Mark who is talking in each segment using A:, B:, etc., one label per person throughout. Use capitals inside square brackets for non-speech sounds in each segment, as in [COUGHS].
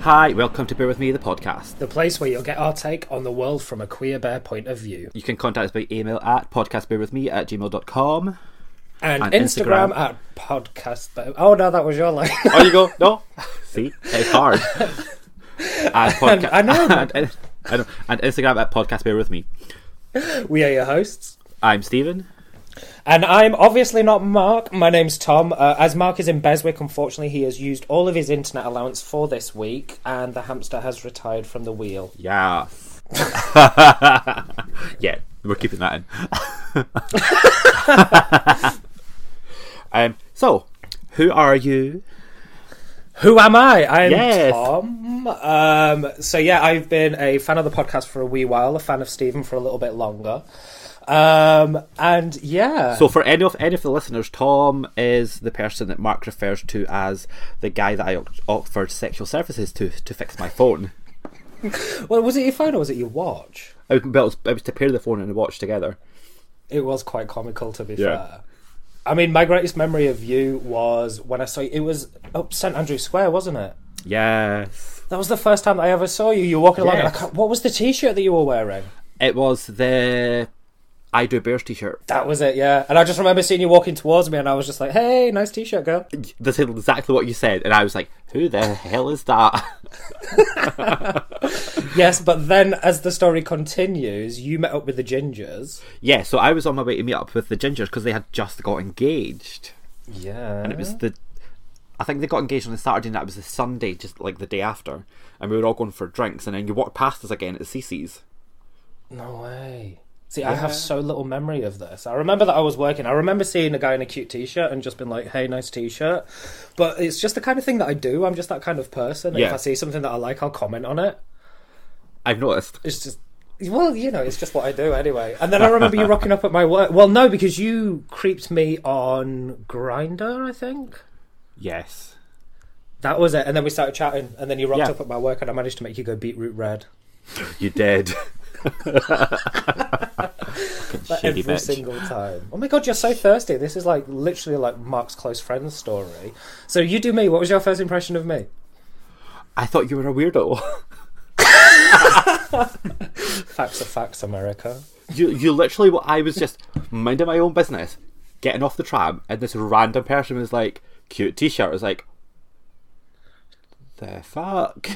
A: Hi, welcome to Bear With Me, the podcast.
B: The place where you'll get our take on the world from a queer bear point of view.
A: You can contact us by email at podcastbearwithme at gmail.com.
B: And,
A: And
B: Instagram,
A: Instagram.
B: at podcast. Bear- Oh no, that was your line.
A: [LAUGHS]
B: [LAUGHS]
A: Oh, you go, no. [LAUGHS] See, it's hard. [LAUGHS] and podcast,
B: I know.
A: And, I know. and Instagram at podcast bear with me.
B: we are your hosts.
A: I'm Stephen.
B: And I'm obviously not Mark. My name's Tom. Uh, as Mark is in Beswick, unfortunately, he has used all of his internet allowance for this week, and the hamster has retired from the wheel.
A: Yeah. [LAUGHS] yeah, we're keeping that in. [LAUGHS] um, so, who are you?
B: Who am I? I'm
A: Yes.
B: Tom. Um, so yeah, I've been a fan of the podcast for a wee while, a fan of Stephen for a little bit longer. Um, and yeah,
A: So, for any of any of the listeners, Tom is the person that Mark refers to as the guy that I o- offered sexual services to to fix my phone.
B: well, was it your phone or was it your watch?
A: I was, well, it was- it was to pair the phone and the watch together.
B: It was quite comical, to be
A: Yeah.
B: fair. I mean, my greatest memory of you was when I saw you. It was up St Andrew Square, wasn't it?
A: Yes,
B: That was the first time that I ever saw you. You were walking along. And I
A: Yes.
B: can't, what was the T-shirt that you were wearing?
A: it was the I do bears T-shirt.
B: That was it, yeah. And I just remember seeing you walking towards me, and I was just like, "Hey, nice T-shirt,
A: [LAUGHS]
B: girl."
A: That's exactly what you said, and I was like, "Who the hell is that?" [LAUGHS]
B: yes, but then as the story continues, you met up with the Gingers.
A: yeah, so I was on my way to meet up with the gingers because they had just got engaged.
B: Yeah.
A: It was the I think they got engaged on the Saturday night. It was the Sunday, just like the day after, and we were all going for drinks. And then you walked past us again at Cece's.
B: No way. See, I have so little memory of this. I remember that I was working. I remember seeing a guy in a cute t-shirt and just been like, "Hey, nice t-shirt." But it's just the kind of thing that I do. I'm just that kind of person.
A: Yeah.
B: If I see something that I like, I'll comment on it.
A: I've noticed.
B: It's just well, you know, it's just what I do anyway. And then I
A: [LAUGHS]
B: remember you rocking up at my work. Well, no, because you creeped me on Grinder, I think.
A: Yes.
B: That was it. And then we started chatting, and then you rocked
A: Yeah.
B: up at my work, and I managed to make you go beetroot red.
A: You [LAUGHS] did.
B: Like,
A: shitty
B: every
A: bitch.
B: single time. Oh my god, you're so thirsty. This is like literally like Mark's close friend's story. So you do me. What was your first impression of me?
A: I thought you were a weirdo.
B: Facts are facts, America.
A: You, you literally. I was just minding my own business, getting off the tram, and this random person was like, "Cute t-shirt." I was like, "The fuck."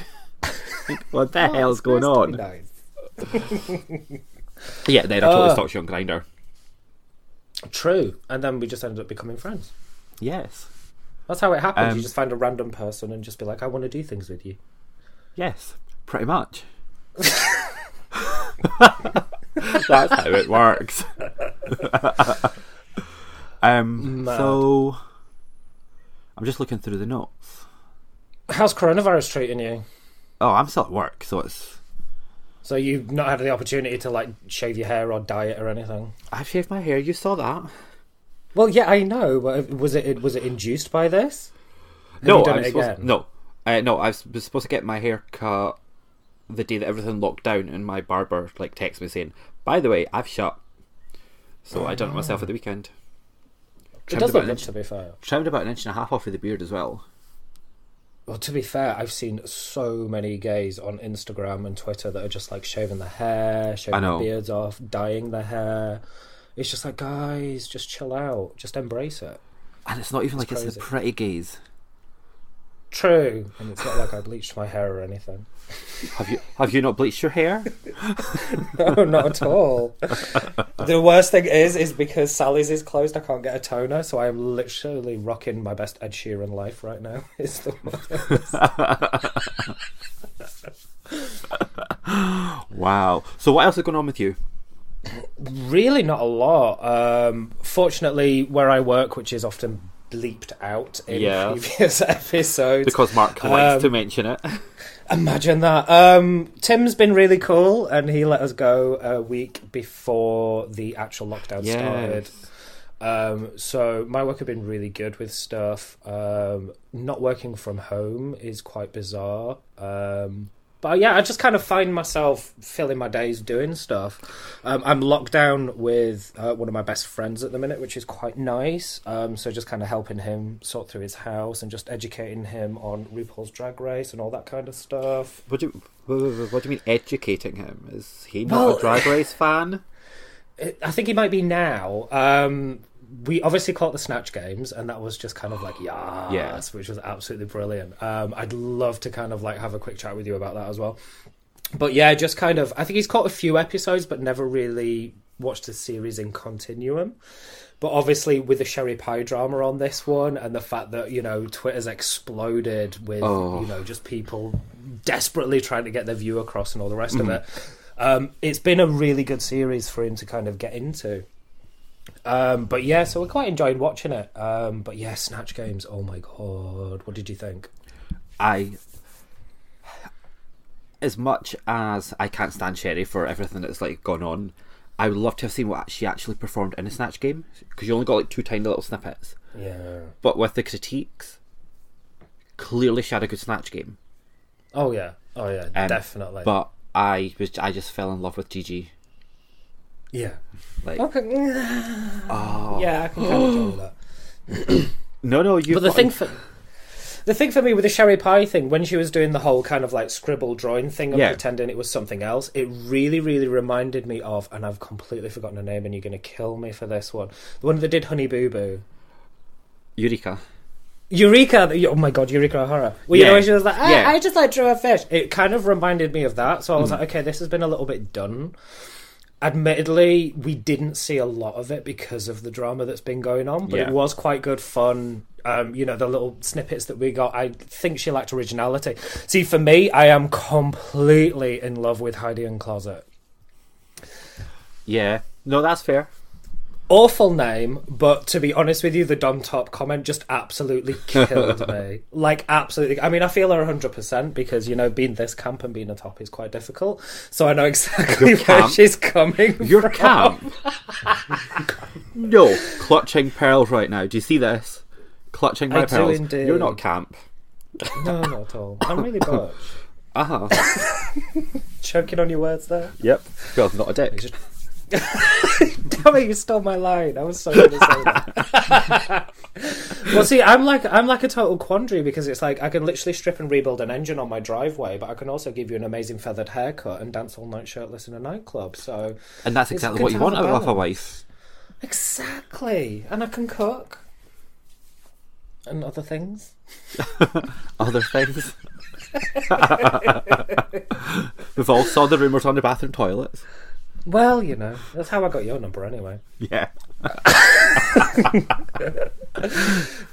A: What the hell's going
B: That's
A: on?
B: pretty nice.
A: Yeah, then I totally
B: Uh.
A: stalked you on Grinder.
B: True. And then we just ended up becoming friends.
A: Yes,
B: That's how it happens.
A: Um,
B: you just find a random person and just be like, I want to do things with you.
A: yes, pretty much. [LAUGHS] That's how it works. [LAUGHS] um,
B: Mad.
A: so I'm just looking through the notes.
B: How's coronavirus treating you?
A: Oh, I'm still at work, so it's
B: So you've not had the opportunity to like shave your hair or dye it or anything?
A: I've shaved my hair. You saw that?
B: Well, yeah, I know. But was it was it induced by this? you done
A: I was
B: it
A: supposed-
B: again?
A: no, uh, no. I was was supposed to get my hair cut the day that everything locked down, and my barber like texted me saying, "By the way, I've shut." So I done it myself at the weekend.
B: It
A: Trimmed
B: does
A: about an
B: look good,
A: inch,
B: to be fair.
A: trimmed about an inch and a half off of the beard as well.
B: Well, to be fair, I've seen so many gays on Instagram and Twitter that are just like shaving their hair, shaving
A: know.
B: their beards off, dyeing their hair. It's just like, guys, just chill out, just embrace it.
A: And it's not even like it's the
B: crazy.
A: pretty gaze.
B: True, and it's not like I bleached my hair or anything. [LAUGHS]
A: Have you have you not bleached your hair?
B: No, not at all. the worst thing is, is because Sally's is closed, I can't get a toner, so I am literally rocking my best Ed Sheeran life right now. [LAUGHS] It's the
A: [LAUGHS] wow. So what else is going on with you?
B: Really, not a lot. Um, fortunately, where I work, which is often bleeped out in
A: Yeah.
B: previous [LAUGHS] episodes,
A: Because Mark
B: Um,
A: likes to mention [LAUGHS] it.
B: imagine that. Um, Tim's been really cool, and he let us go a week before the actual lockdown started.
A: yes.
B: Um, so my work have been really good with stuff. Um, not working from home is quite bizarre. Um, But yeah, I just kind of find myself filling my days doing stuff. Um, I'm locked down with uh, one of my best friends at the minute, which is quite nice. Um, so just kind of helping him sort through his house and just educating him on RuPaul's Drag Race and all that kind of stuff.
A: What do you, what, what, what do you mean educating him? Is he not
B: Well-
A: a [LAUGHS] Drag Race fan?
B: It- I think he might be now. Um, we obviously caught the Snatch Games, and that was just kind of like yes,
A: Yeah.
B: which was absolutely brilliant. Um, I'd love to kind of like have a quick chat with you about that as well. But yeah, just kind of. I think he's caught a few episodes, but never really watched the series in continuum. But obviously, with the Sherry Pie drama on this one, and the fact that you know Twitter's exploded with
A: Oh.
B: you know just people desperately trying to get their view across and all the rest of it, um, it's been a really good series for him to kind of get into. Um, but yeah, so we quite enjoyed watching it. Um, but yeah, Snatch Games. Oh my god, what did you think?
A: I, as much as I can't stand Sherry for everything that's like gone on, I would love to have seen what she actually performed in a snatch game because you only got like two tiny little snippets.
B: Yeah.
A: But with the critiques, clearly she had a good snatch game.
B: Oh yeah. Oh yeah.
A: Um,
B: definitely.
A: But I was I just fell in love with Gigi.
B: yeah.
A: Like
B: Okay. [LAUGHS] Yeah, I can kind of do that.
A: no no you.
B: But the thing for the thing for me with the sherry pie thing, when she was doing the whole kind of like scribble drawing thing and
A: Yeah.
B: pretending it was something else, it really, really reminded me of, and I've completely forgotten her name, and you're going to kill me for this one. The one that did Honey Boo Boo.
A: Eureka.
B: Eureka! the- Oh my god, Eureka O'Hara. Well, you know,
A: Yeah.
B: when she was like, I,
A: Yeah.
B: I just like drew a fish. Mm. It kind of reminded me of that, so I was like, okay, this has been a little bit done. Admittedly, we didn't see a lot of it because of the drama that's been going on, but
A: Yeah.
B: it was quite good fun. Um, you know, the little snippets that we got, I think she lacked originality. See, for me, I am completely in love with Heidi and Closet.
A: Yeah no that's fair.
B: awful name, but to be honest with you, the Dom Top comment just absolutely killed me. Like, absolutely. I mean, I feel her 100% because, you know, being this camp and being a top is quite difficult. So I know exactly where
A: camp?
B: she's coming
A: Your
B: from.
A: camp. [LAUGHS] no, clutching pearls right now. Do you see this? Clutching my
B: I do
A: pearls.
B: indeed.
A: You're not camp.
B: No, not at all. I'm really bad.
A: Uh huh.
B: Choking on your words there.
A: [LAUGHS]
B: [LAUGHS]
A: yep. Girl's not a dick.
B: Just- Damn it, you stole my line. I was so going to say that. [LAUGHS] well, see, I'm like I'm like a total quandary because it's like I can literally strip and rebuild an engine on my driveway, but I can also give you an amazing feathered haircut and dance all night shirtless in a nightclub. So
A: And that's
B: It's
A: exactly
B: good
A: what
B: to
A: you
B: have
A: want
B: a
A: out of a wife.
B: balance. exactly, and I can cook and other things.
A: Other things. [LAUGHS] We've all saw the rumours on the bathroom toilets.
B: Well, you know, that's how I got your number anyway.
A: Yeah.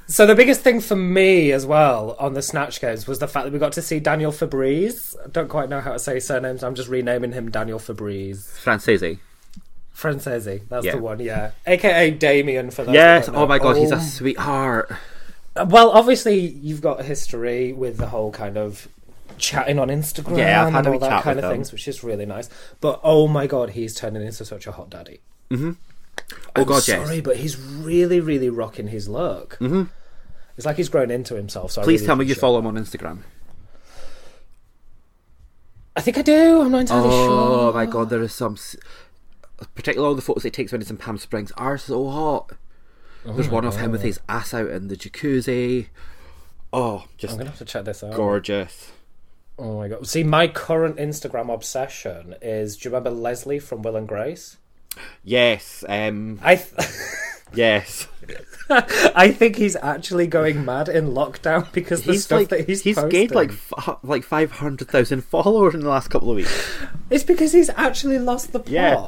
B: So the biggest thing for me as well on the Snatch Games was the fact that we got to see Daniel Fabrice. I don't quite know how to say his surnames. I'm just renaming him Daniel Fabrice.
A: Francesi.
B: Francesi, that's
A: Yeah.
B: the one, yeah. AKA Damien for those
A: Yes.
B: who don't
A: Oh my
B: know.
A: god, he's
B: Oh.
A: a sweetheart.
B: Well, obviously you've got a history with the whole kind of chatting on Instagram
A: Yeah, I've had
B: and
A: a
B: all
A: wee
B: that
A: chat
B: kind
A: with
B: of
A: him.
B: things, which is really nice. But oh my god, he's turning into such a hot daddy.
A: Oh god,
B: Sorry,
A: yes.
B: but he's really, really rocking his look. Mm-hmm. It's like he's grown into himself. So I
A: Please
B: really
A: tell me you
B: appreciate it.
A: follow him on Instagram.
B: I think I do. I'm not entirely
A: Oh
B: sure.
A: my god, there is some. s- Particularly all the photos he takes when he's in Palm Springs are so hot.
B: Oh
A: There's one of him with his ass out in the jacuzzi. Oh,
B: I'm
A: just
B: gonna have to check this out.
A: gorgeous.
B: Oh my god! See, my current Instagram obsession is. Do you remember Leslie from Will and Grace?
A: Yes, um,
B: I. Th- [LAUGHS]
A: yes.
B: I think he's actually going mad in lockdown because the
A: He's
B: stuff
A: like
B: that he's
A: he's, gained
B: posting-
A: like f- like five hundred thousand followers in the last couple of
B: [LAUGHS]
A: weeks.
B: it's because he's actually lost the plot.
A: Yeah.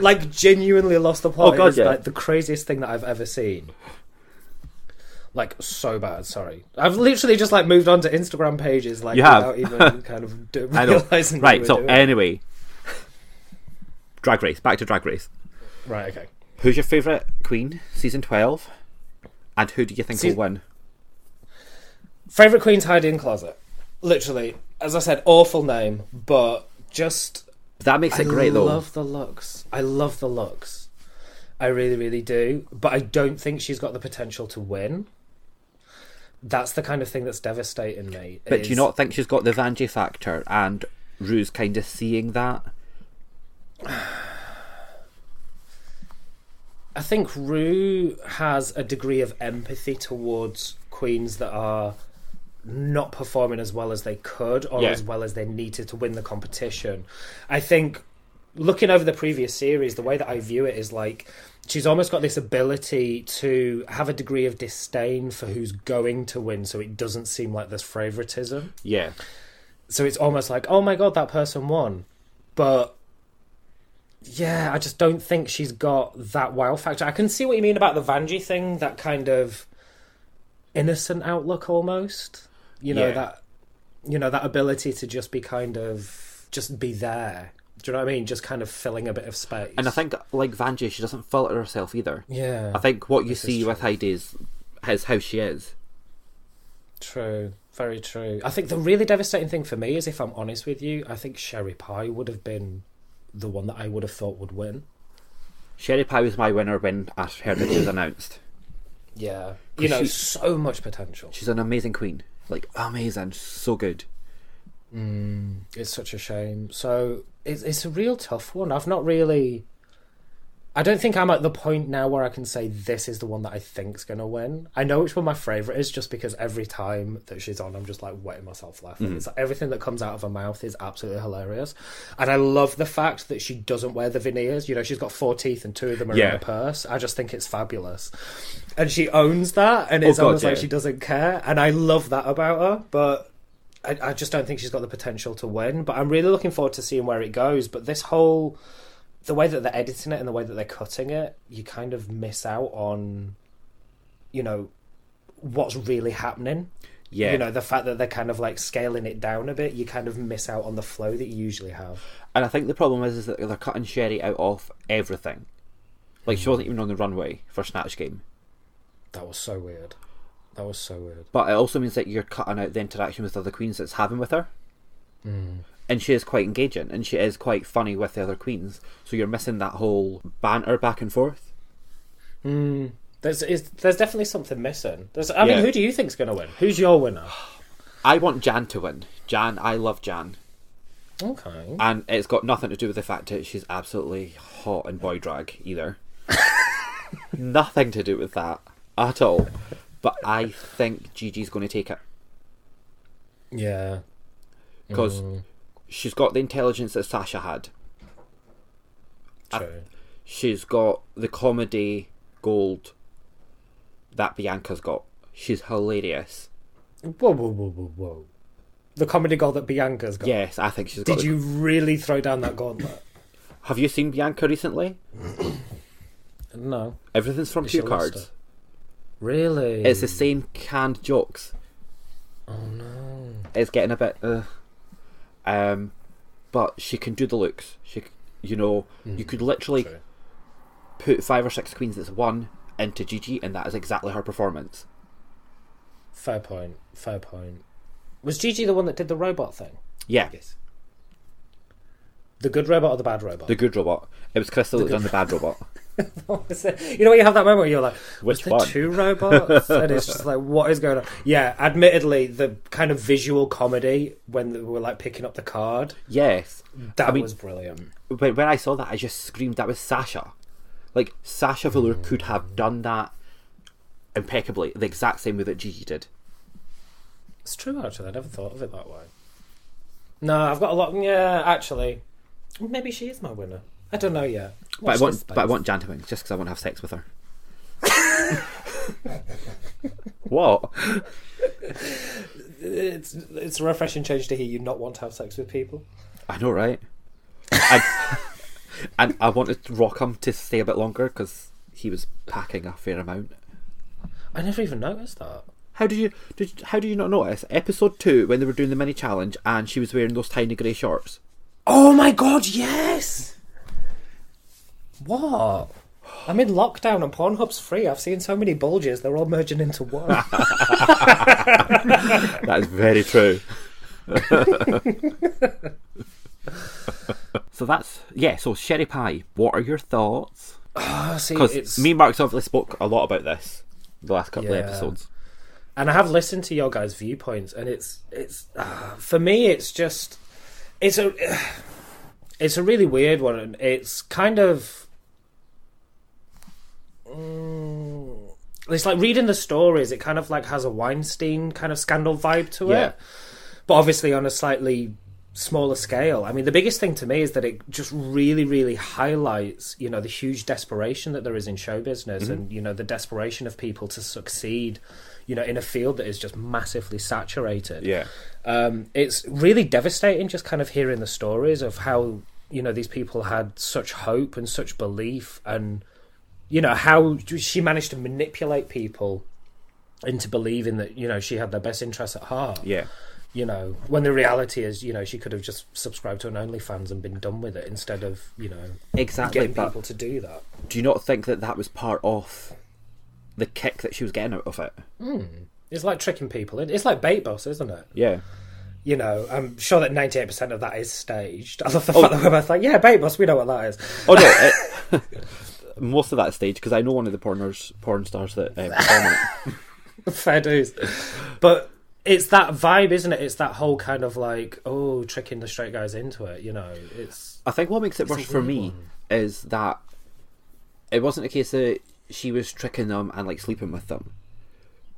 B: Like genuinely lost the plot.
A: Oh, God,
B: it's
A: yeah.
B: like the craziest thing that I've ever seen. Like so bad, sorry. I've literally just like moved on to Instagram pages like
A: You have. [LAUGHS]
B: without even kind of do-
A: I know.
B: [LAUGHS] realizing what
A: right.
B: we're
A: So e-
B: doing.
A: anyway, Drag Race. Back to Drag Race.
B: right, okay.
A: Who's your favourite queen season twelve, and who do you think
B: Seas-
A: will win?
B: Favorite Queen's hide in closet. Literally, as I said, awful name, but just
A: That makes it great
B: I
A: though.
B: love the looks. I love the looks. I really, really do. But I don't think she's got the potential to win. That's the kind of thing that's devastating me.
A: But do you
B: is-
A: not think she's got the Vanjie factor and Rue's kind of seeing that.
B: I think Rue has a degree of empathy towards queens that are not performing as well as they could or
A: Yeah.
B: as well as they needed to win the competition. I think looking over the previous series, the way that I view it is like she's almost got this ability to have a degree of disdain for who's going to win so it doesn't seem like there's favoritism.
A: Yeah,
B: So it's almost like, oh my god, that person won. But yeah, I just don't think she's got that wow factor. I can see what you mean about the Vanji thing, that kind of innocent outlook almost. You know,
A: Yeah.
B: that you know, that ability to just be kind of just be there. Do you know what I mean? Just kind of filling a bit of space.
A: and I think like Vanjie, she doesn't filter herself either.
B: Yeah.
A: I think what you
B: This is
A: see
B: true.
A: with Heidi is, is how she is.
B: True. Very true. I think the really devastating thing for me is if I'm honest with you, I think Sherry Pie would have been the one that I would have thought would win.
A: Sherry Pie was my winner when Ash Heritage was announced.
B: Yeah. You know,
A: she-
B: so much potential.
A: She's an amazing queen. Like, amazing. So good.
B: It's such a shame. So it's it's a real tough one. I've not really I don't think I'm at the point now where I can say this is the one that I think's gonna win. I know which one my favourite is just because every time that she's on I'm just like wetting myself laughing. It's like everything that comes out of her mouth is absolutely hilarious. And I love the fact that she doesn't wear the veneers. You know, she's got four teeth and two of them are in
A: Yeah.
B: her purse. I just think it's fabulous. And she owns that and it's
A: God,
B: almost like
A: yeah.
B: she doesn't care. And I love that about her, but I, I just don't think she's got the potential to win. But I'm really looking forward to seeing where it goes. But this whole the way that they're editing it and the way that they're cutting it, you kind of miss out on, you know, what's really happening.
A: Yeah.
B: You know, the fact that they're kind of like scaling it down a bit, you kind of miss out on the flow that you usually have.
A: and I think the problem is, is that they're cutting Sherry out of everything. Like, she wasn't even on the runway for Snatch Game.
B: That was so weird. That was so weird.
A: But it also means that you're cutting out the interaction with other queens that's having with her. And she is quite engaging and she is quite funny with the other queens. So you're missing that whole banter back and forth.
B: There's is, there's definitely something missing. There's, I
A: Yeah.
B: mean, who do you think's going to win? Who's your winner?
A: I want Jan to win. Jan, I love Jan.
B: [SIGHS] Okay.
A: And it's got nothing to do with the fact that she's absolutely hot in boy drag either. nothing to do with that at all. But I think Gigi's going to take it
B: Yeah.
A: because she's got the intelligence that Sasha had.
B: True.
A: She's got the comedy gold that Bianca's got. She's hilarious.
B: Whoa, whoa, whoa, whoa, whoa. The comedy goal that Bianca's got.
A: Yes, I think she's got.
B: Did
A: the-
B: you really throw down
A: [COUGHS]
B: that gauntlet?
A: Have you seen Bianca recently?
B: no.
A: Everything's from
B: she
A: two cards.
B: lost Really?
A: It's the same canned jokes. Oh no! It's getting a bit. Uh, um, but she can do the looks. She, c- you know, you could literally
B: Mm, True.
A: put five or six queens that's one into Gigi, and that is exactly her performance.
B: Fair point. Fair point. Was Gigi the one that did the robot thing?
A: Yeah,
B: Yes. The good robot or the bad robot? [LAUGHS]
A: the good robot. It was Crystal that was on the bad robot.
B: Was it- you know when you have that moment where you're like, [LAUGHS] was
A: Which
B: there
A: one? [LAUGHS]
B: two robots? and it's just like, what is going on? Yeah, admittedly, the kind of visual comedy when we were like picking up the card,
A: Yes,
B: that
A: I mean-
B: was brilliant.
A: but when I saw that, I just screamed. That was Sasha. Like Sasha Velour
B: Mm.
A: could have done that impeccably, the exact same way that Gigi did.
B: It's true, actually. I never thought of it that way. No, I've got a lot. Yeah, actually, maybe she is my winner. I don't know yet.
A: But
B: Watch
A: I
B: this
A: want,
B: space.
A: but I want Jan to win just because I want to have sex with her. [LAUGHS] what?
B: It's it's a refreshing change to hear you not want to have sex with people.
A: I know, right? I, [LAUGHS] and I wanted Rockham to stay a bit longer because he was packing a fair amount.
B: I never even noticed that.
A: How did you did you- how do you not notice episode two when they were doing the mini challenge and she was wearing those tiny grey shorts?
B: Oh my god, yes! What? I'm in lockdown and Pornhub's free. I've seen so many bulges; they're all merging into
A: [LAUGHS]
B: one.
A: That is very [LAUGHS] true. so that's yeah. So Sherry Pie, what are your thoughts?
B: Ah, see,
A: Because
B: it's
A: me and Mark's obviously spoke a lot about this the last couple
B: Yeah.
A: of episodes.
B: and I have listened to your guys' viewpoints, and it's it's uh, for me, it's just it's a [SIGHS] it's a really weird one. and It's kind of Mm, it's like reading the stories. It kind of like has a Weinstein kind of scandal vibe to
A: Yeah.
B: it, but obviously on a slightly smaller scale. I mean, the biggest thing to me is that it just really, really highlights you know the huge desperation that there is in show business, and you know the desperation of people to succeed, you know, in a field that is just massively saturated
A: Yeah.
B: um, it's really devastating just kind of hearing the stories of how you know these people had such hope and such belief and you know how she managed to manipulate people into believing that you know she had their best interests at heart
A: Yeah.
B: you know when the reality is you know she could have just subscribed to an onlyfans and been done with it instead of you know
A: Exactly.
B: getting
A: But
B: people to do that
A: do you not think that that was part of the kick that she was getting out of it?
B: it's like tricking people it's like bait boss isn't it
A: Yeah.
B: you know, I'm sure that 98% of that is staged. I love the fact that we're both like, yeah, bait boss, we know what that is. [LAUGHS]
A: Oh no. It, [LAUGHS] most of that stage because I know one of the porners, porn stars that um, perform it.
B: Fair dues. But it's that vibe, isn't it? It's that whole kind of like, oh, tricking the straight guys into it, you know. It's
A: I think what makes it worse for
B: weird
A: me is that it wasn't a case that she was tricking them and like sleeping with them,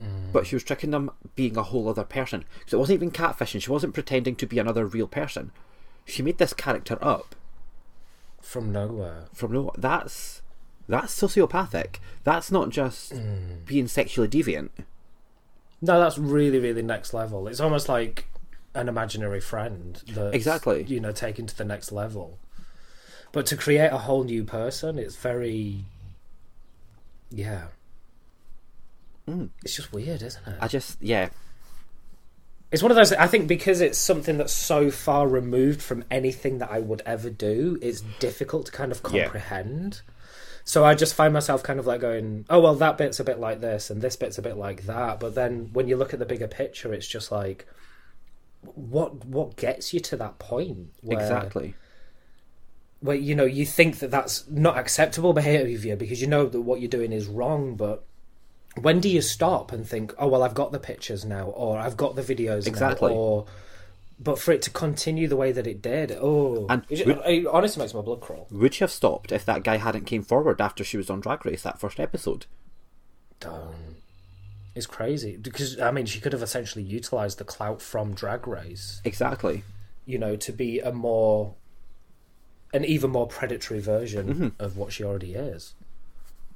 B: Mm.
A: but she was tricking them being a whole other person. So it wasn't even catfishing. She wasn't pretending to be another real person. She made this character up
B: from nowhere.
A: from no. That's that's sociopathic. That's not just
B: Mm.
A: being sexually deviant.
B: No, that's really, really next level. It's almost like an imaginary friend that
A: Exactly.
B: you know taken to the next level. But to create a whole new person, it's very, yeah, it's just weird, isn't it?
A: I just yeah
B: It's one of those. I think because it's something that's so far removed from anything that I would ever do, it's difficult to kind of
A: Yeah.
B: comprehend. So I just find myself kind of like going, "Oh well, that bit's a bit like this, and this bit's a bit like that." But then when you look at the bigger picture, it's just like, what what gets you to that point? Where,
A: exactly
B: Where you know you think that that's not acceptable behavior because you know that what you're doing is wrong, but. When do you stop and think, "Oh well, I've got the pictures now, or I've got the videos
A: Exactly.
B: now, or but for it to continue the way that it did, oh,
A: And
B: it,
A: would-
B: it honestly makes my blood crawl.
A: Would she have stopped if that guy hadn't came forward after she was on Drag Race that first episode?
B: Don't. It's crazy because I mean, she could have essentially utilized the clout from Drag Race,
A: Exactly.
B: you know, to be a more, an even more predatory version
A: Mm-hmm.
B: of what she already is,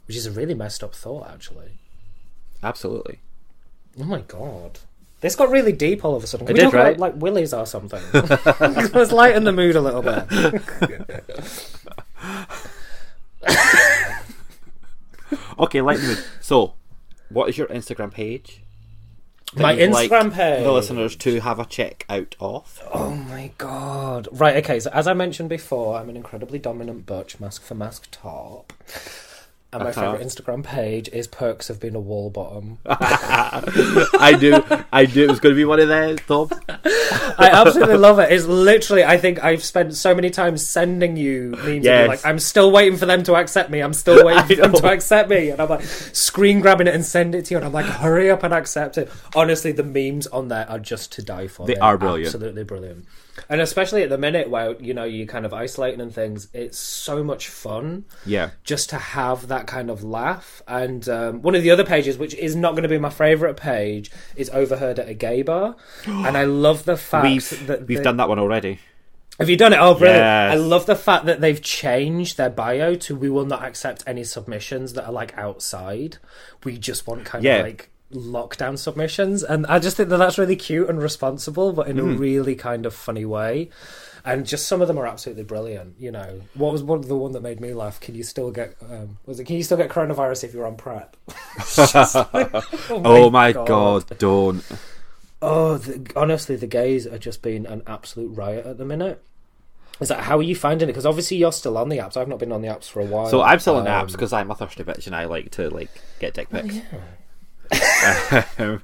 B: which is a really messed up thought, actually.
A: Absolutely.
B: Oh my god. This got really deep all of a sudden. Can
A: It did,
B: we talk about,
A: right?
B: like willies or
A: [LAUGHS]
B: something. [LAUGHS] Let's lighten the mood a little bit.
A: Okay, Lightning. so, what is your Instagram page? that
B: My
A: you'd like
B: Instagram page.
A: The listeners to have a check out of. [LAUGHS]
B: Oh my god. Right, okay, so as I mentioned before, I'm an incredibly dominant butch, mask for mask top. And my
A: Uh-huh.
B: favourite Instagram page is Perks of Being a Wall Bottom.
A: I do. I do. It was going to be one of theirs, Tom.
B: I absolutely love it. It's literally, I think I've spent so many times sending you memes. and you're
A: Yes.
B: like, I'm still waiting for them to accept me. I'm still waiting
A: [LAUGHS]
B: for them
A: know.
B: to accept me. And I'm like, screen grabbing it and send it to you. And I'm like, hurry up and accept it. Honestly, the memes on there are just to die for.
A: They
B: They're
A: are brilliant.
B: Absolutely brilliant. And especially at the minute where, you know, you're kind of isolating and things, it's so much fun
A: Yeah.
B: just to have that kind of laugh. And um, one of the other pages, which is not going to be my favourite page, is Overheard at a Gay Bar. [GASPS] and I love the fact
A: We've
B: that.
A: we've
B: they-
A: done that one already.
B: Have you done it? Oh, brilliant.
A: Yes.
B: I love the fact that they've changed their bio to we will not accept any submissions that are like outside. We just want kind
A: Yeah.
B: of like lockdown submissions. And I just think that that's really cute and responsible, but in
A: Mm-hmm.
B: a really kind of funny way. And just some of them are absolutely brilliant. You know, what was one, the one that made me laugh? Can you still get um, was it? Can you still get coronavirus if you're on prep? [LAUGHS] It's just
A: [LAUGHS]
B: like,
A: Oh Don't.
B: Oh, the, honestly, the gays are just being an absolute riot at the minute. Is that how are you finding it? Because obviously you're still on the apps. I've not been on the apps for a while.
A: So I'm still on the
B: Um, Oh,
A: apps because I'm a thirsty bitch and I like to like get dick pics. [LAUGHS] Um,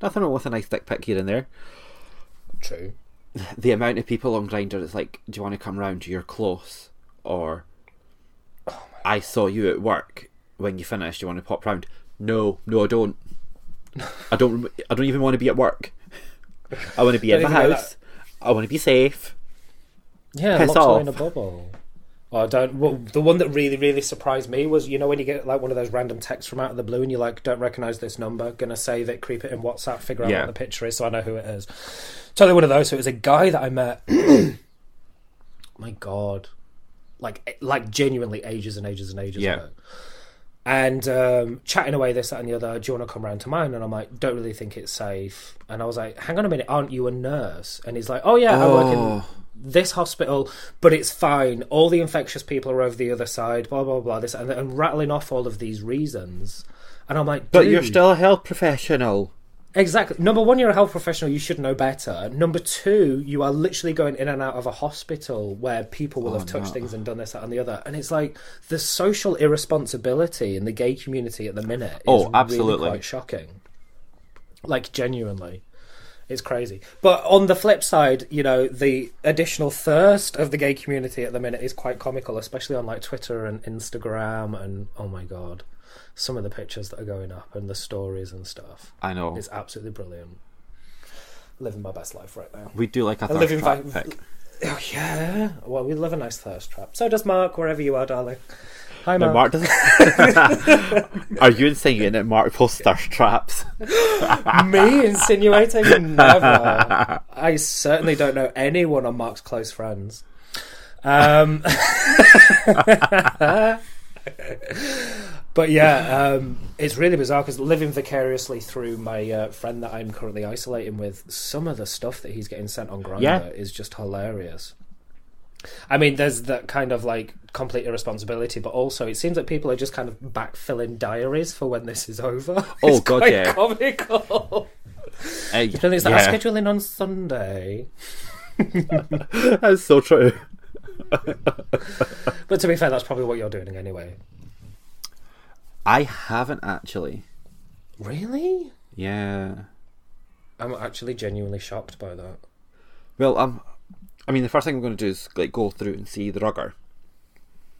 A: nothing wrong with a nice dick pic here and there.
B: True.
A: the amount of people on Grinder it's like, do you want to come round? You're close, or I saw you at work when you finished. You want to pop round? No, no, I don't. I don't. I don't even want to be at work. I want to be in
B: Don't
A: my
B: even like
A: house. I want to be safe.
B: Yeah,
A: Piss
B: locked away in a
A: off.
B: bubble. Oh, I don't. Well, the one that really, really surprised me was you know when you get like one of those random texts from out of the blue and you're like, don't recognize this number, gonna save it, creep it in WhatsApp, figure out
A: Yeah.
B: what the picture is so I know who it is. Totally one of those. So it was a guy that I met. [CLEARS THROAT] My God, like eh, like genuinely ages and ages and ages
A: Yeah.
B: ago. And um, chatting away this, that, and the other. Do you want to come round to mine? And I'm like, don't really think it's safe. And I was like, hang on a minute, aren't you a nurse? And he's like, oh yeah, I work in
A: Oh.
B: this hospital, but it's fine. All the infectious people are over the other side, blah, blah, blah, this, and, and rattling off all of these reasons. And I'm like,
A: But you're
B: dude,
A: still a health professional.
B: Exactly. Number one, you're a health professional. You should know better. Number two, you are literally going in and out of a hospital where people
A: Oh,
B: will have touched things and done this, that, and the other. And it's like the social irresponsibility in the gay community at the minute. Is
A: Oh,
B: Really
A: absolutely.
B: quite shocking. Like genuinely, it's crazy. But on the flip side, you know, the additional thirst of the gay community at the minute is quite comical, especially on like Twitter and Instagram. And oh my god, some of the pictures that are going up and the stories and stuff.
A: I know.
B: It's absolutely brilliant. Living my best life right now.
A: We do like a
B: I
A: thirst
B: live in
A: trap
B: fact-
A: pick.
B: Oh yeah. Well, we love a nice thirst trap. So does Mark, wherever you are, darling. Hi,
A: Now, Mark
B: Mark.
A: doesn't. Are you insinuating that Mark pulls thirst traps?
B: Me
A: [LAUGHS]
B: insinuating? Never. I certainly don't know anyone on Mark's close friends. Um, [LAUGHS] but yeah, um, it's really bizarre because living vicariously through my uh, friend that I'm currently isolating with, some of the stuff that he's getting sent on Grindr
A: Yeah.
B: is just hilarious. I mean, there's that kind of like complete irresponsibility, but also it seems that people are just kind of backfilling diaries for when this is over. [LAUGHS]
A: Oh,
B: It's
A: God,
B: quite
A: yeah.
B: comical.
A: Uh,
B: But it's like,
A: yeah.
B: I'm scheduling on Sunday.
A: [LAUGHS] That's so true.
B: But to be fair, that's probably what you're doing anyway.
A: I haven't actually.
B: Really?
A: Yeah.
B: I'm actually genuinely shocked by that.
A: Well, um, I mean, the first thing I'm going to do is like go through and see the rugger.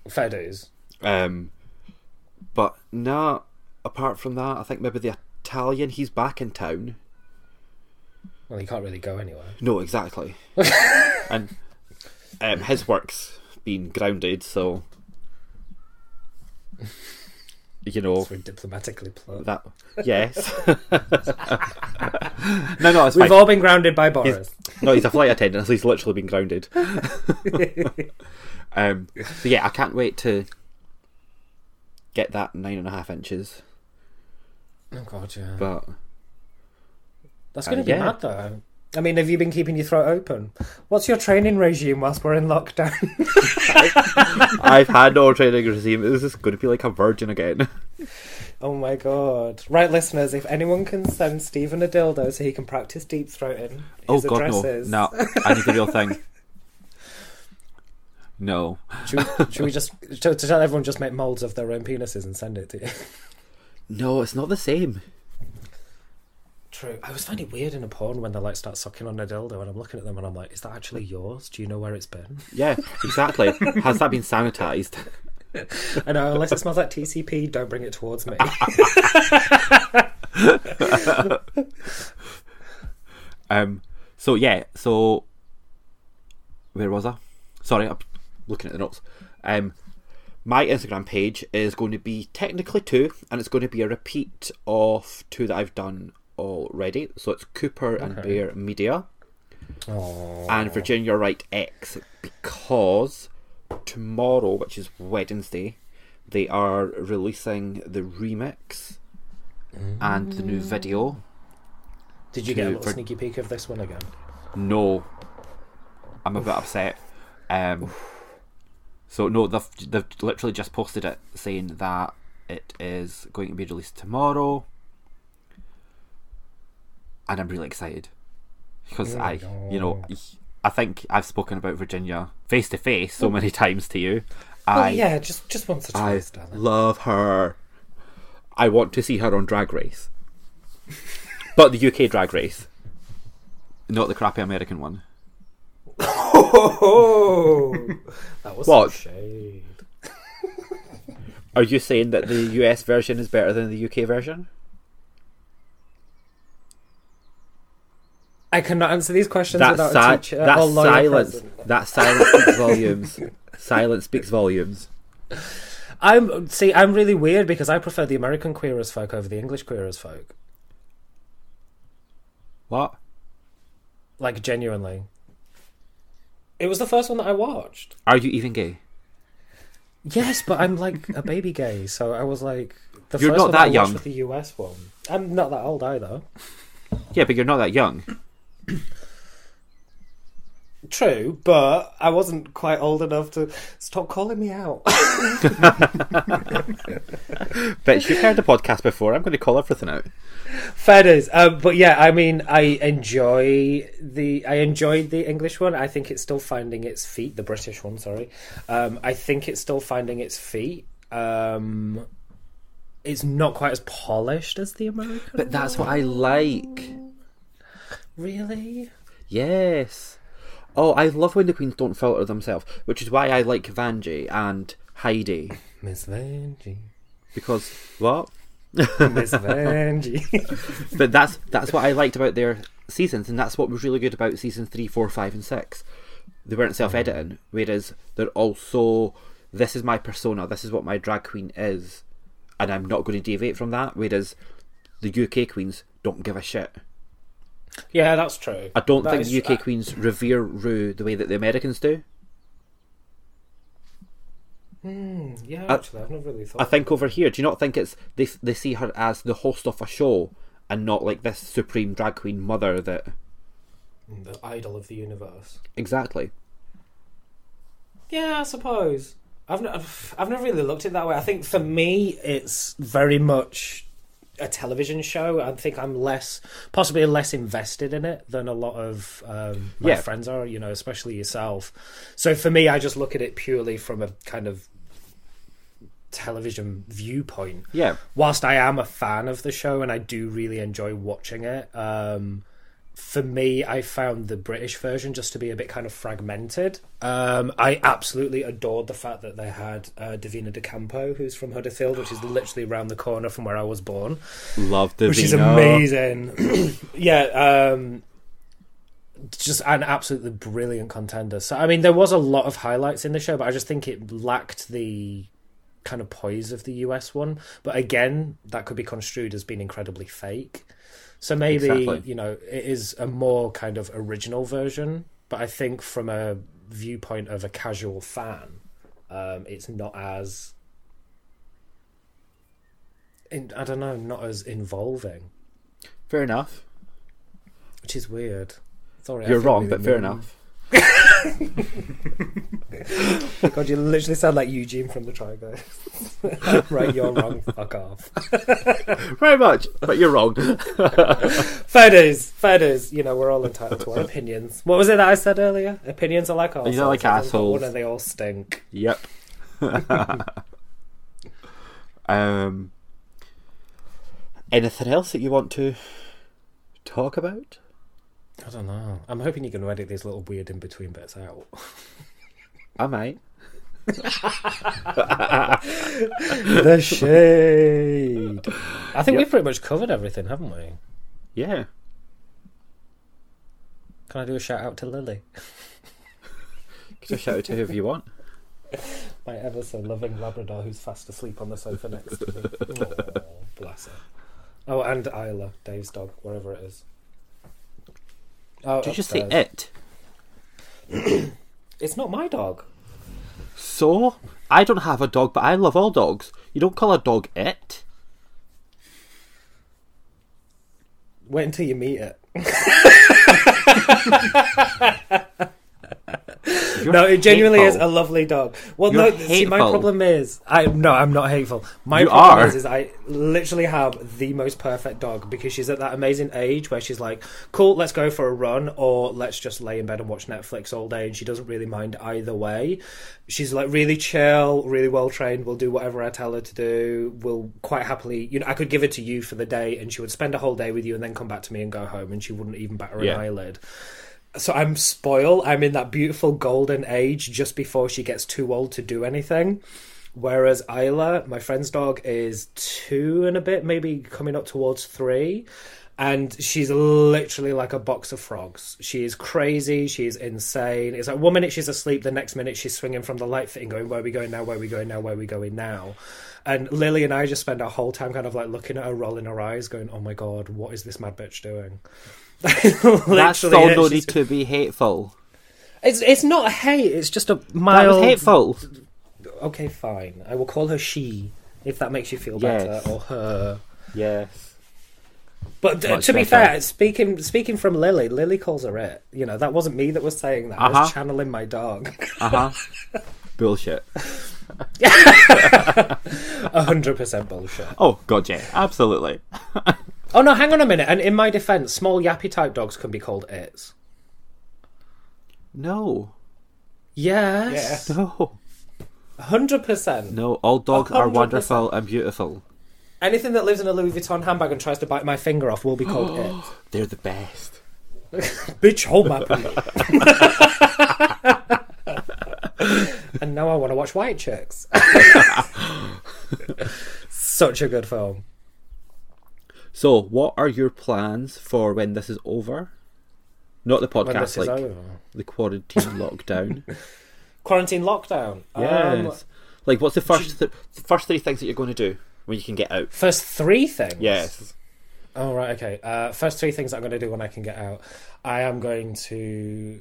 B: Fair dues.
A: Um, but no, apart from that, I think maybe the Italian. He's back in town.
B: Well, you can't really go anywhere.
A: No, exactly. and um, his work's been grounded, so you know
B: [LAUGHS] It's very diplomatically put.
A: that. Yes. [LAUGHS] no, no, it's
B: We've
A: fine.
B: all been grounded by Boris.
A: no, he's a flight attendant. so He's literally been grounded. [LAUGHS] um, so yeah, I can't wait to get that nine and a half inches.
B: Oh, God, yeah.
A: [LAUGHS] But
B: That's going to
A: Uh,
B: be
A: yeah.
B: mad, though. I mean, have you been keeping your throat open? What's your training regime whilst we're in lockdown?
A: I've had no training regime. This is going to be like a virgin again.
B: oh, my God. Right, listeners, if anyone can send Stephen a dildo so he can practice deep throating,
A: [LAUGHS] Oh
B: his
A: God,
B: address
A: no,
B: is...
A: no! I need the real thing. No,
B: Should
A: [LAUGHS]
B: we, should we just to, to tell everyone just make molds of their own penises and send it to you?
A: no, it's not the same.
B: True. I always find it weird in a porn when they like start sucking on a dildo, and I'm looking at them and I'm like, is that actually yours? Do you know where it's been?
A: Yeah, exactly. Has that been sanitized?
B: [LAUGHS] I know, unless it smells like TCP, don't bring it
A: [LAUGHS]
B: towards me.
A: Um. So yeah. So where was I? Sorry, I'm looking at the notes. Um, my Instagram page is going to be technically two, and it's going to be a repeat of two that I've done already. So it's Cooper and Bear Media.
B: Oh,
A: and Virginia Wright X because tomorrow, which is Wednesday, they are releasing the remix and the new video.
B: did you get a
A: Dude,
B: little
A: for-
B: sneaky peek of this one again?
A: No, I'm a bit upset. Um, so no, they've they've literally just posted it saying that it is going to be released tomorrow, and I'm really excited
B: Oh,
A: because I, you know, I think I've spoken about Virginia face to face so many [LAUGHS] times to you.
B: Oh
A: I
B: yeah, just just once or
A: I
B: twice, darling.
A: love her. I want to see her on Drag Race, but the UK Drag Race, not the crappy American one.
B: Oh, [LAUGHS] that was
A: What?
B: some shade.
A: Are you saying that the US version is better than the UK version?
B: I cannot answer these questions
A: That,
B: without
A: si-
B: a teacher
A: that
B: or lawyer
A: silence,
B: present.
A: that silence speaks volumes. Silence speaks volumes.
B: I'm see. I'm really weird because I prefer the American queer as folk over the English queer as folk.
A: What?
B: Like genuinely, it was the first one that I watched.
A: Are you even gay?
B: Yes, but I'm like
A: [LAUGHS]
B: a baby gay, so I was like, the
A: You're
B: first
A: not
B: one
A: that
B: I watched
A: young.
B: was the US one. I'm not that old either.
A: Yeah, but you're not that young.
B: True, but I wasn't quite old enough to stop calling me out.
A: Bitch, you've heard the podcast before. I'm going to call everything out.
B: Feathers, um, but yeah, I mean, I enjoy the I enjoyed the English one. I think it's still finding its feet. The British one, sorry. Um, I think it's still finding its feet. Um, it's not quite as polished as the American.
A: But that's what I like.
B: really,
A: Yes. Oh, I love when the queens don't filter themselves, which is why I like Vanjie and Heidi.
B: Miss Vanjie,
A: Because what? [LAUGHS]
B: Miss Vanjie. [LAUGHS]
A: But that's that's what I liked about their seasons, and that's what was really good about season three, four, five, and six. They
B: Mm-hmm.
A: weren't self-editing, whereas they're also this is my persona, this is what my drag queen is, and I'm not going to deviate from that. Whereas the UK queens don't give a shit.
B: yeah, that's true.
A: I don't
B: That
A: think
B: is-
A: the UK queens revere Rue the way that the Americans do.
B: yeah, actually, I've never really thought.
A: I think over here, do you not think it's they they see her as the host of a show and not like this supreme drag queen mother that
B: the idol of the universe.
A: exactly.
B: Yeah, I suppose. I've n- I've I've never really looked at it that way. I think for me, it's very much a television show. I think I'm less, possibly less invested in it than a lot of um, my
A: Yeah.
B: friends are. You know, especially yourself. So for me, I just look at it purely from a kind of television viewpoint
A: Yeah.
B: whilst I am a fan of the show and I do really enjoy watching it, um, for me, I found the British version just to be a bit kind of fragmented. Um, I absolutely adored the fact that they had uh, Davina De Campo, who's from Huddersfield, which is literally around the corner from where I was born
A: Love the
B: which is amazing. [CLEARS THROAT] yeah, um, just an absolutely brilliant contender. So I mean, there was a lot of highlights in the show, but I just think it lacked the kind of poise of the US one. But again, that could be construed as being incredibly fake. So maybe
A: Exactly.
B: you know it is a more kind of original version, but I think from a viewpoint of a casual fan, um, it's not as in, I don't know, not as involving.
A: Fair enough.
B: Which is weird. Sorry, I
A: You're
B: felt
A: wrong,
B: really
A: but fair
B: mean.
A: enough.
B: God, you literally sound like Eugene from the Triangle. [LAUGHS] right, you're wrong. Fuck off.
A: Very much, but you're wrong. [LAUGHS]
B: Fair dues, fair dues. You know, we're all
A: [LAUGHS]
B: entitled to our opinions. What was it that I said earlier? Opinions are like assholes.
A: They're like
B: Everyone's got
A: assholes.
B: One and they all stink.
A: yep. [LAUGHS] um. Anything else that you want to talk about?
B: I don't know. I'm hoping you're going to edit these little weird in between bits out.
A: I might.
B: [LAUGHS] the shade. I think we've pretty much covered everything, haven't we?
A: Yeah.
B: Can I do a shout out to Lily,
A: Just shout out to whoever you want.
B: my ever so loving Labrador who's fast asleep on the sofa next to me?
A: [LAUGHS]
B: Oh, bless her. Oh, and Isla, Dave's dog, wherever it is. Oh,
A: Did you just say eh?
B: upstairs.
A: it?
B: It's not my dog.
A: So, I don't have a dog, but I love all dogs. You don't call a dog it.
B: Wait until you meet it. no, it genuinely is a
A: hateful.
B: lovely dog. Well,
A: You're
B: no, see, my
A: hateful.
B: problem is I no, I'm not hateful. My
A: You
B: problem
A: are.
B: is is I literally have the most perfect dog because she's at that amazing age where she's like, "Cool, let's go for a run," or "Let's just lay in bed and watch Netflix all day," and she doesn't really mind either way. She's like really chill, really well trained. Will do whatever I tell her to do. Will quite happily, you know, I could give her to you for the day, and she would spend a whole day with you, and then come back to me and go home, and she wouldn't even batter an
A: Yeah.
B: eyelid so I'm spoiled. I'm in that beautiful golden age just before she gets too old to do anything. Whereas Isla, my friend's dog, is two and a bit, maybe coming up towards three. and she's literally like a box of frogs. She is crazy. She is insane. It's like one minute she's asleep, the next minute she's swinging from the light fitting, going, "Where are we going now? Where are we going now? Where are we going now?" And Lily and I just spend our whole time kind of like looking at her, rolling her eyes, going, "Oh my god, what is this mad bitch doing?" [LAUGHS]
A: That's
B: Literally,
A: still
B: it.
A: no
B: She's-
A: need to be hateful.
B: It's it's not hate. It's just a
A: That
B: mild.
A: was hateful.
B: Okay, fine. I will call her she if that makes you feel
A: Yes.
B: better, or her.
A: Yes.
B: But uh,
A: Much
B: to be
A: better.
B: fair, speaking speaking from Lily, Lily calls her it. You know, that wasn't me that was saying that. I
A: Uh-huh.
B: was channeling my dog. [LAUGHS]
A: Uh [LAUGHS] huh. Bullshit.
B: hundred percent bullshit.
A: Oh god, yeah, absolutely.
B: Oh no, hang on a minute. And in my defense, small yappy type dogs can be called its.
A: No,
B: Yes,
A: no,
B: hundred percent.
A: no. All dogs are
B: 100%.
A: wonderful and beautiful.
B: Anything that lives in a Louis Vuitton handbag and tries to bite my finger off will
A: [GASPS]
B: be called it.
A: They're the best.
B: Bitch, hold
A: [LAUGHS]
B: my pee. [LAUGHS] and now I want to watch White Chicks. [LAUGHS] Such a good film.
A: So, what are your plans for when this is over? Not the
B: When this
A: podcast,
B: is Um,
A: like
B: over.
A: the
B: [LAUGHS]
A: quarantine lockdown.
B: Quarantine lockdown. Um,
A: Yes. like, what's the first th- first three things that you're going to do when you can get out?
B: first three things.
A: Yes.
B: Oh right, okay. Uh, first three things I'm going to do when I can get out. I am going to.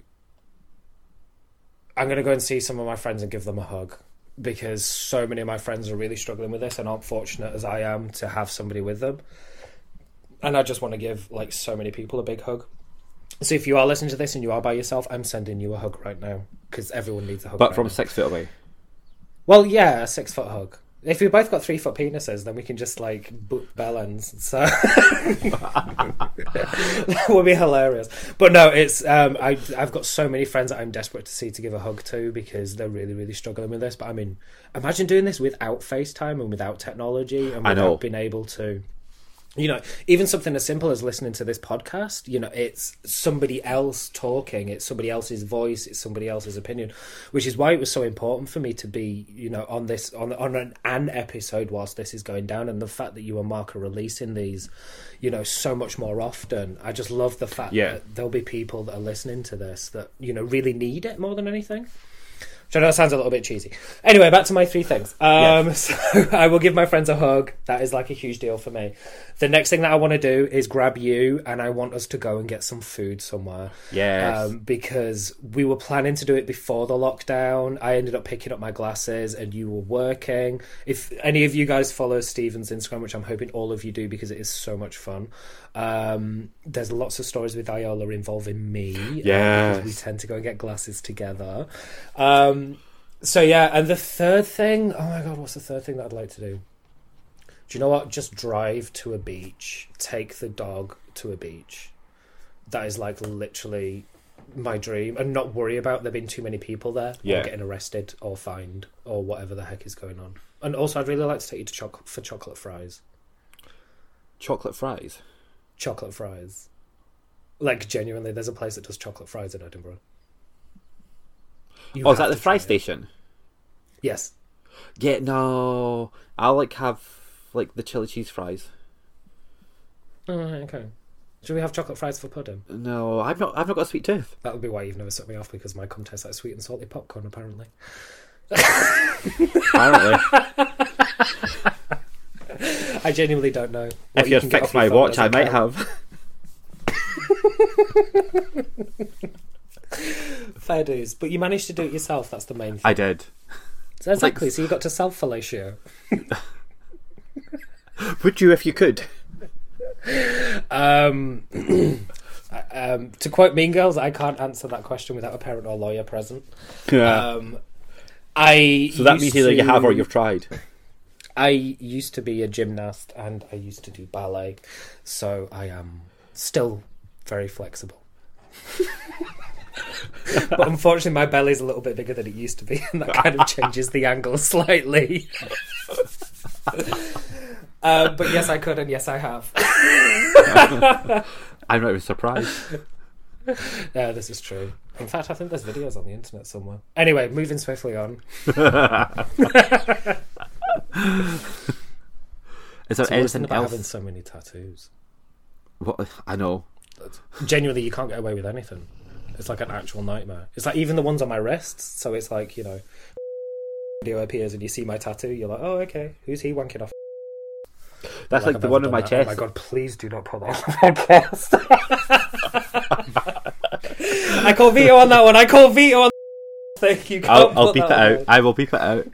B: I'm going to go and see some of my friends and give them a hug because so many of my friends are really struggling with this and aren't fortunate as I am to have somebody with them. And I just want to give like so many people a big hug. So if you are listening to this and you are by yourself, I'm sending you a hug right now because everyone needs a hug.
A: But
B: right
A: from
B: now.
A: six feet away.
B: Well, yeah, a six foot hug. If we both got three foot penises, then we can just like b- balance. So [LAUGHS] that would be hilarious. But no, it's um, I I've got so many friends that I'm desperate to see to give a hug to because they're really really struggling with this. But I mean, imagine doing this without FaceTime and without technology and
A: I
B: without
A: know.
B: being able to. You know, even something as simple as listening to this podcast, you know, it's somebody else talking, it's somebody else's voice, it's somebody else's opinion, which is why it was so important for me to be, you know, on this on on an, an episode whilst this is going down, and the fact that you and Mark are releasing these, you know, so much more often. I just love the fact
A: Yeah.
B: that there'll be people that are listening to this that you know really need it more than anything. Which I know sounds a little bit cheesy. Anyway, back to my three things. Um, [LAUGHS] So I will give my friends a hug. That is like a huge deal for me. The next thing that I want to do is grab you, and I want us to go and get some food somewhere.
A: Yes.
B: Um, because we were planning to do it before the lockdown. I ended up picking up my glasses, and you were working. If any of you guys follow Steven's Instagram, which I'm hoping all of you do because it is so much fun, um, there's lots of stories with Iola involving me. uh,
A: Yes.
B: because we tend to go and get glasses together. Um, so yeah, and the third thing. Oh my god, what's the third thing that I'd like to do? Do you know what? Just drive to a beach. Take the dog to a beach. That is like literally my dream, and not worry about there being too many people there
A: Yeah.
B: or getting arrested or fined or whatever the heck is going on. And also, I'd really like to take you to choc- for chocolate fries.
A: Chocolate fries.
B: Chocolate fries. Like genuinely, there's a place that does chocolate fries in Edinburgh. You
A: oh, is
B: have
A: that the
B: to
A: fry
B: try it.
A: station?
B: Yes.
A: Yeah, no. I'll like have like the chili cheese fries.
B: Oh, right, okay. Should we have chocolate fries for pudding?
A: No, I've not. I've not got a sweet
B: [LAUGHS]
A: tooth.
B: That would be why you've never set me off because my cum tastes like sweet and salty popcorn, apparently.
A: Apparently,
B: I genuinely don't know. what
A: if you'd
B: can get
A: fixed
B: off your
A: my
B: phone
A: watch,
B: as
A: I
B: a
A: might
B: cum.
A: have.
B: Fair dues. But you managed to do it yourself, that's the main thing.
A: I did.
B: So exactly, so you got to self fellatio.
A: Would you if you [LAUGHS] could?
B: Um, [CLEARS THROAT] I- um, to quote Mean Girls, I can't answer that question without a parent or lawyer present.
A: Uh,
B: Um, I
A: so that
B: used
A: means either you have or
B: to-
A: you've [LAUGHS] tried.
B: I used to be a gymnast and I used to do ballet, so I am still very flexible. [LAUGHS] but unfortunately, my belly's a little bit bigger than it used to be, and that kind of changes the angle slightly. uh, but yes, I could, and yes, I have.
A: I'm not even surprised.
B: Yeah, this is true. In fact, I think there's videos on the internet somewhere. Anyway, moving swiftly on.
A: Is there
B: So what's the
A: anything
B: about
A: else?
B: having so many tattoos?
A: What I know.
B: Genuinely, you can't get away with anything. It's like an actual nightmare. It's like even the ones on my wrists. So it's like you know, [LAUGHS] video appears and you see my tattoo. You're like, oh okay, who's he wanking off?
A: That's like,
B: I've
A: the
B: never
A: one on my
B: done that.
A: chest.
B: Oh my god, please do not put that on the [LAUGHS] podcast. I call veto on that one. I call veto on [LAUGHS] Thank you. can't
A: I'll, I'll
B: put
A: [LAUGHS] beep it
B: that
A: out.
B: on.
A: I will beep it out.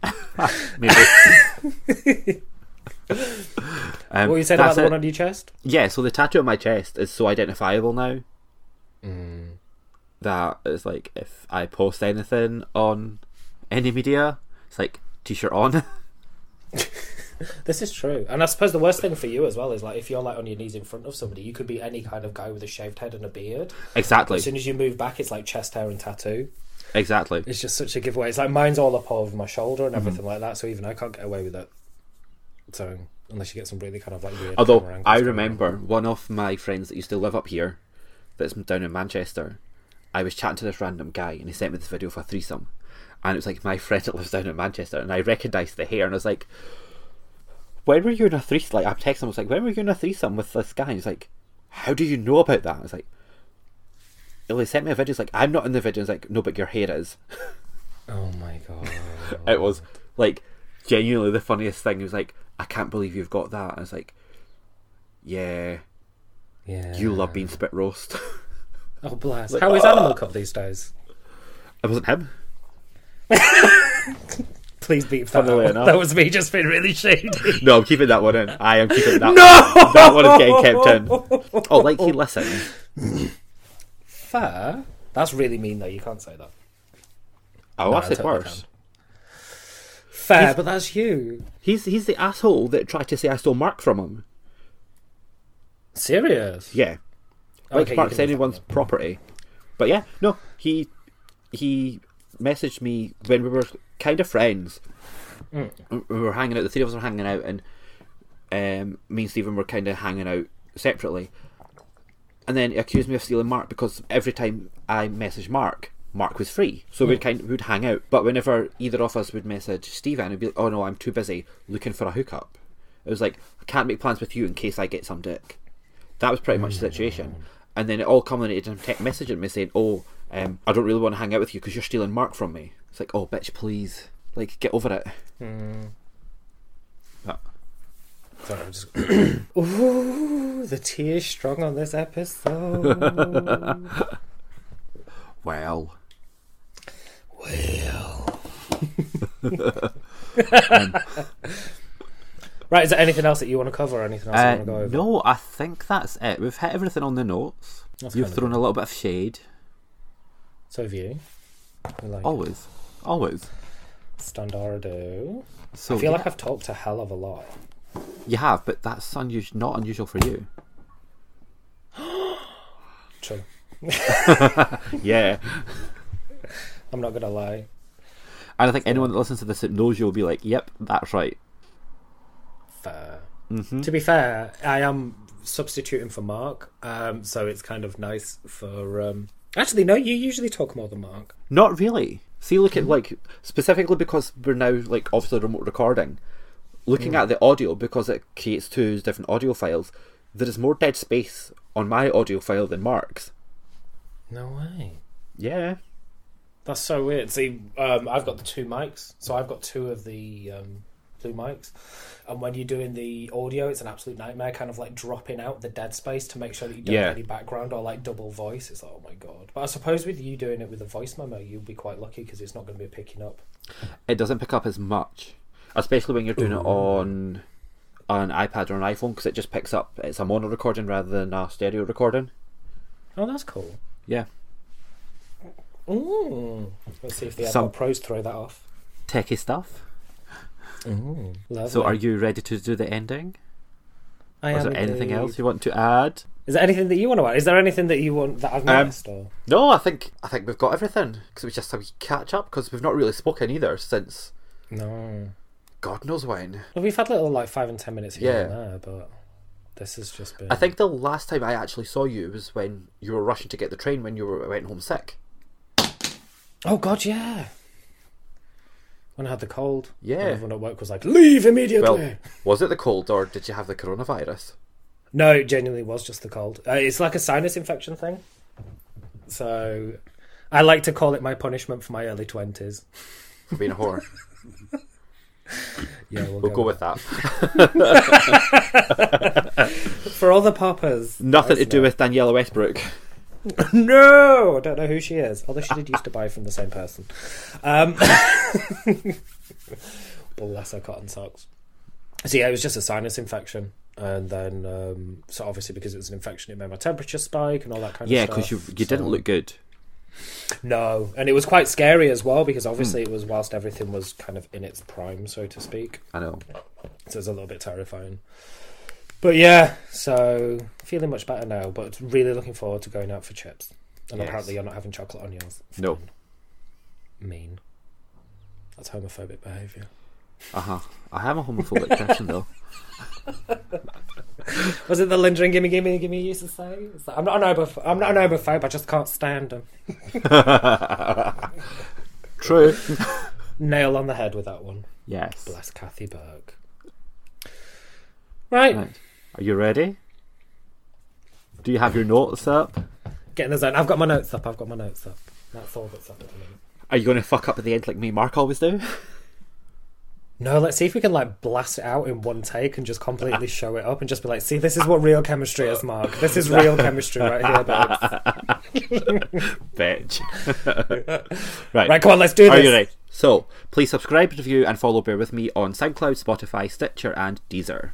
A: Maybe. [LAUGHS] Um,
B: What you said about
A: that's
B: the
A: it.
B: one on your chest?
A: Yeah, so the tattoo on my chest is so identifiable now
B: Mm.
A: that it's like if I post anything on any media, it's like t-shirt on. [LAUGHS]
B: This is true. And I suppose the worst thing for you as well is like if you're like on your knees in front of somebody, you could be any kind of guy with a shaved head and a beard.
A: exactly,
B: As soon as you move back, it's like chest hair and tattoo.
A: exactly.
B: It's just such a giveaway. It's like mine's all up over my shoulder
A: Mhm.
B: and everything like that. So even I can't get away with it. So unless you get some really kind of like weird. camera
A: Although
B: angles
A: I
B: going on.
A: remember one of my friends that used to live up here, that's down in Manchester. I was chatting to this random guy, and he sent me this video for a threesome, and it was like my [LAUGHS] friend that lives down in Manchester, and I recognised the hair, and I was like, "When were you in a threesome?" Like I'm texting him, I was like, "When were you in a threesome with this guy?" And he's like, "How do you know about that?" I was like, "Well, he sent me a video." He's like, "I'm not in the video." He's like, "No, but your hair is."
B: Oh my
A: [LAUGHS]
B: god.
A: It was like genuinely the funniest thing. He was like, "I can't believe you've got that." I was like, "Yeah."
B: Yeah.
A: You uh, love being spit roast. [LAUGHS]
B: Oh bless. How is Animal Cup these days?
A: it wasn't him.
B: Please beat that.
A: Funnily
B: out. [LAUGHS]
A: enough.
B: That was me just being
A: [LAUGHS]
B: really shady.
A: [COUGHS] No, I'm keeping that one in. I am keeping that.
B: [LAUGHS] no.
A: That one is getting kept
B: [LAUGHS]
A: in. Oh, like he listens.
B: Fair. That's really mean though. You can't say that.
A: Oh, I've
B: I
A: said
B: totally
A: worse.
B: can. Fair, but that's you.
A: He's he's the asshole that tried to say I stole Mark from him.
B: Serious.
A: Yeah, like
B: Okay, you
A: Mark's
B: can do that
A: anyone's property. But yeah, no, he he messaged me when we were kind of friends.
B: Hmm.
A: We were hanging out. The three of us were hanging out, and um, me and Stephen were kind of hanging out separately. And then he accused me of stealing Mark because every time I messaged Mark, Mark was free, so
B: Hmm.
A: we'd kind we'd hang out. But whenever either of us would message Stephen, it'd be like, "Oh no, I'm too busy looking for a hookup." It was like, "I can't make plans with you in case I get some dick." That was pretty much the situation. And then it all culminated in tech messaging me saying, "Oh, um, I don't really want to hang out with you because you're stealing Mark from me." It's like, "Oh, bitch, please, like, get over it." But-
B: Sorry, I'm just. [COUGHS] Ooh, the tears strong on
A: [LAUGHS]
B: this episode.
A: well,
B: right, is there anything else that you want to cover? Or anything else you
A: uh,
B: want to go over?
A: no, I think that's it. We've hit everything on the notes.
B: That's
A: You've
B: kinda
A: thrown a little bit of shade,
B: So have you? We like
A: always, always.
B: standardo.
A: So
B: I feel
A: Oh, yeah,
B: like I've talked a hell of a lot.
A: you have, but that's unusual, not unusual for you.
B: True.
A: Yeah,
B: I'm not gonna lie.
A: and I think anyone that listens to this that knows you will be like, "Yep, that's right."
B: Fair. To be fair, I am substituting for Mark, um, so it's kind of nice for. Um... Actually, no, you usually talk more than Mark.
A: Not really. See, look at like specifically because we're now like obviously remote recording. Looking at the audio because it creates two different audio files, there is more dead space on my audio file than Mark's.
B: No way.
A: Yeah.
B: That's so weird. See, um, I've got the two mics, so I've got two of the um, blue mics. And when you're doing the audio, it's an absolute nightmare, kind of like dropping out the dead space to make sure that you don't
A: Yeah.
B: have any background or like double voice. It's like, oh my god. But I suppose with you doing it with a voice memo, you'll be quite lucky because it's not going to be picking up.
A: It doesn't pick up as much, especially when you're doing it on an iPad or an iPhone because it just picks up. It's a mono recording rather than a stereo recording.
B: Oh, that's cool.
A: Yeah.
B: Mm. Let's see if the
A: Some-
B: Apple Pros throw that off.
A: Techie stuff.
B: Lovely.
A: So, are you ready to do the ending?
B: I
A: Or is
B: am
A: there anything
B: indeed.
A: else you want to add?
B: Is there anything that you want to add? Is there anything that you want that I've
A: Um,
B: missed? Or...
A: No, I think I think we've got everything because it was just a wee catch up because we've not really spoken either since
B: No.
A: God knows when.
B: Well, we've had little like five and ten minutes here and
A: Yeah.
B: there, but this has just been.
A: I think the last time I actually saw you was when you were rushing to get the train when you were went home sick.
B: Oh God, yeah. When I had the cold.
A: Yeah.
B: And everyone at work was like, "Leave immediately."
A: Well, was it the cold or did you have the coronavirus?
B: No, it genuinely was just the cold. Uh, it's like a sinus infection thing. So I like to call it my punishment for my early 20s.
A: for being a whore.
B: Yeah, we'll,
A: We'll go with that.
B: For all the poppers.
A: [LAUGHS] Nothing to do with Daniela Westbrook.
B: No, I don't know who she is. Although she did used to buy from the same person. Um, [LAUGHS] bless her cotton socks. So yeah, it was just a sinus infection, and then um, so obviously because it was an infection, it made my temperature spike and all that kind
A: Yeah,
B: of stuff.
A: because you you didn't
B: So-
A: look good.
B: No, and it was quite scary as well because obviously
A: Hmm.
B: it was whilst everything was kind of in its prime, so to speak.
A: I know.
B: So it was a little bit terrifying. But yeah, so feeling much better now, but really looking forward to going out for chips. And
A: Yes.
B: apparently you're not having chocolate on yours.
A: No.
B: Mean. That's homophobic behaviour.
A: Uh huh. I am a homophobic person though.
B: Was it the lingering gimme gimme gimme you used to say? It's like, I'm not an homophobe, I'm not an homophobe, I just can't stand them.
A: True.
B: Nail on the head with that one.
A: Yes.
B: Bless Kathy Burke. Right,
A: Right. Are you ready? Do you have your notes up?
B: get in the zone. I've got my notes up, I've got my notes up. That's all that's up at the minute.
A: Are you going to fuck up at the end like me, and Mark always do? [LAUGHS]
B: No, let's see if we can like blast it out in one take and
A: [LAUGHS]
B: just completely show it up and just be like, see, this is what real chemistry is, Mark. This is real chemistry right here,
A: [LAUGHS]
B: babes.
A: Bitch. right.
B: Right, come on, let's do this.
A: Are you ready? So, please subscribe, review, and follow Bear With Me on SoundCloud, Spotify, Stitcher, and Deezer.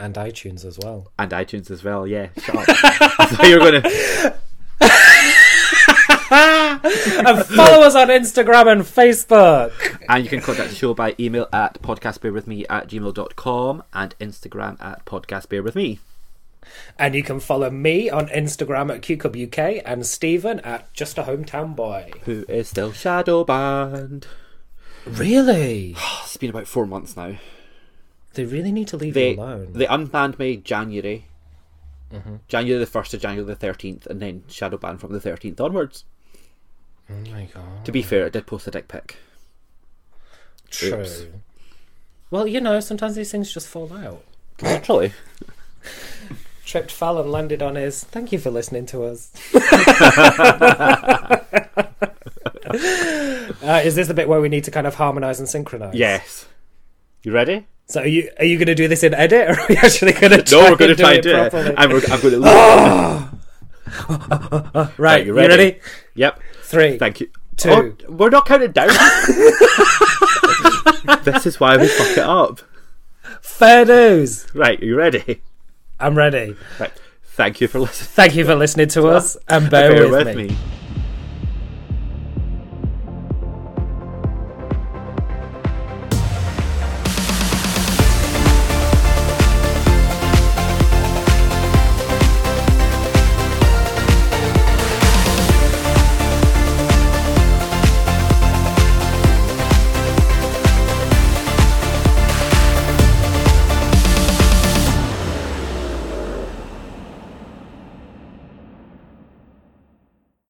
B: And iTunes as well.
A: And iTunes as well, yeah. Shut up. I [LAUGHS] thought you were going to. [LAUGHS]
B: and follow us on Instagram and Facebook.
A: And you can contact the show by email at podcastbearwithme at gmail.com and Instagram at podcastbearwithme.
B: And you can follow me on Instagram at QCubUK and Stephen at Just a Hometown Boy.
A: Who is still shadow banned?
B: Really?
A: It's been about four months now.
B: [GASPS] They really need to leave
A: They
B: you alone.
A: they unbanned me January, January the first to January the thirteenth, and then shadow ban from the thirteenth onwards.
B: oh my god.
A: To be fair, I did post a dick pic.
B: True.
A: Oops.
B: Well, you know, sometimes these things just fall out.
A: Literally.
B: tripped fell and landed on his thank you for listening to
A: [LAUGHS]
B: us uh, is this the bit where we need to kind of harmonize and synchronize
A: Yes. You ready?
B: so are you are you going to do this in edit or are we actually going to
A: No, we're
B: going to
A: try and
B: do
A: do it,
B: properly
A: and we're, [LAUGHS] I'm going to.
B: right, you ready,
A: Yep.
B: three
A: Thank you.
B: Two.
A: Oh, we're not counting down. this is why we fuck it up.
B: fair dues
A: Right, are you ready?
B: i'm ready
A: Right. Thank you for listening.
B: thank you for listening to us and bear, with, me.
A: me.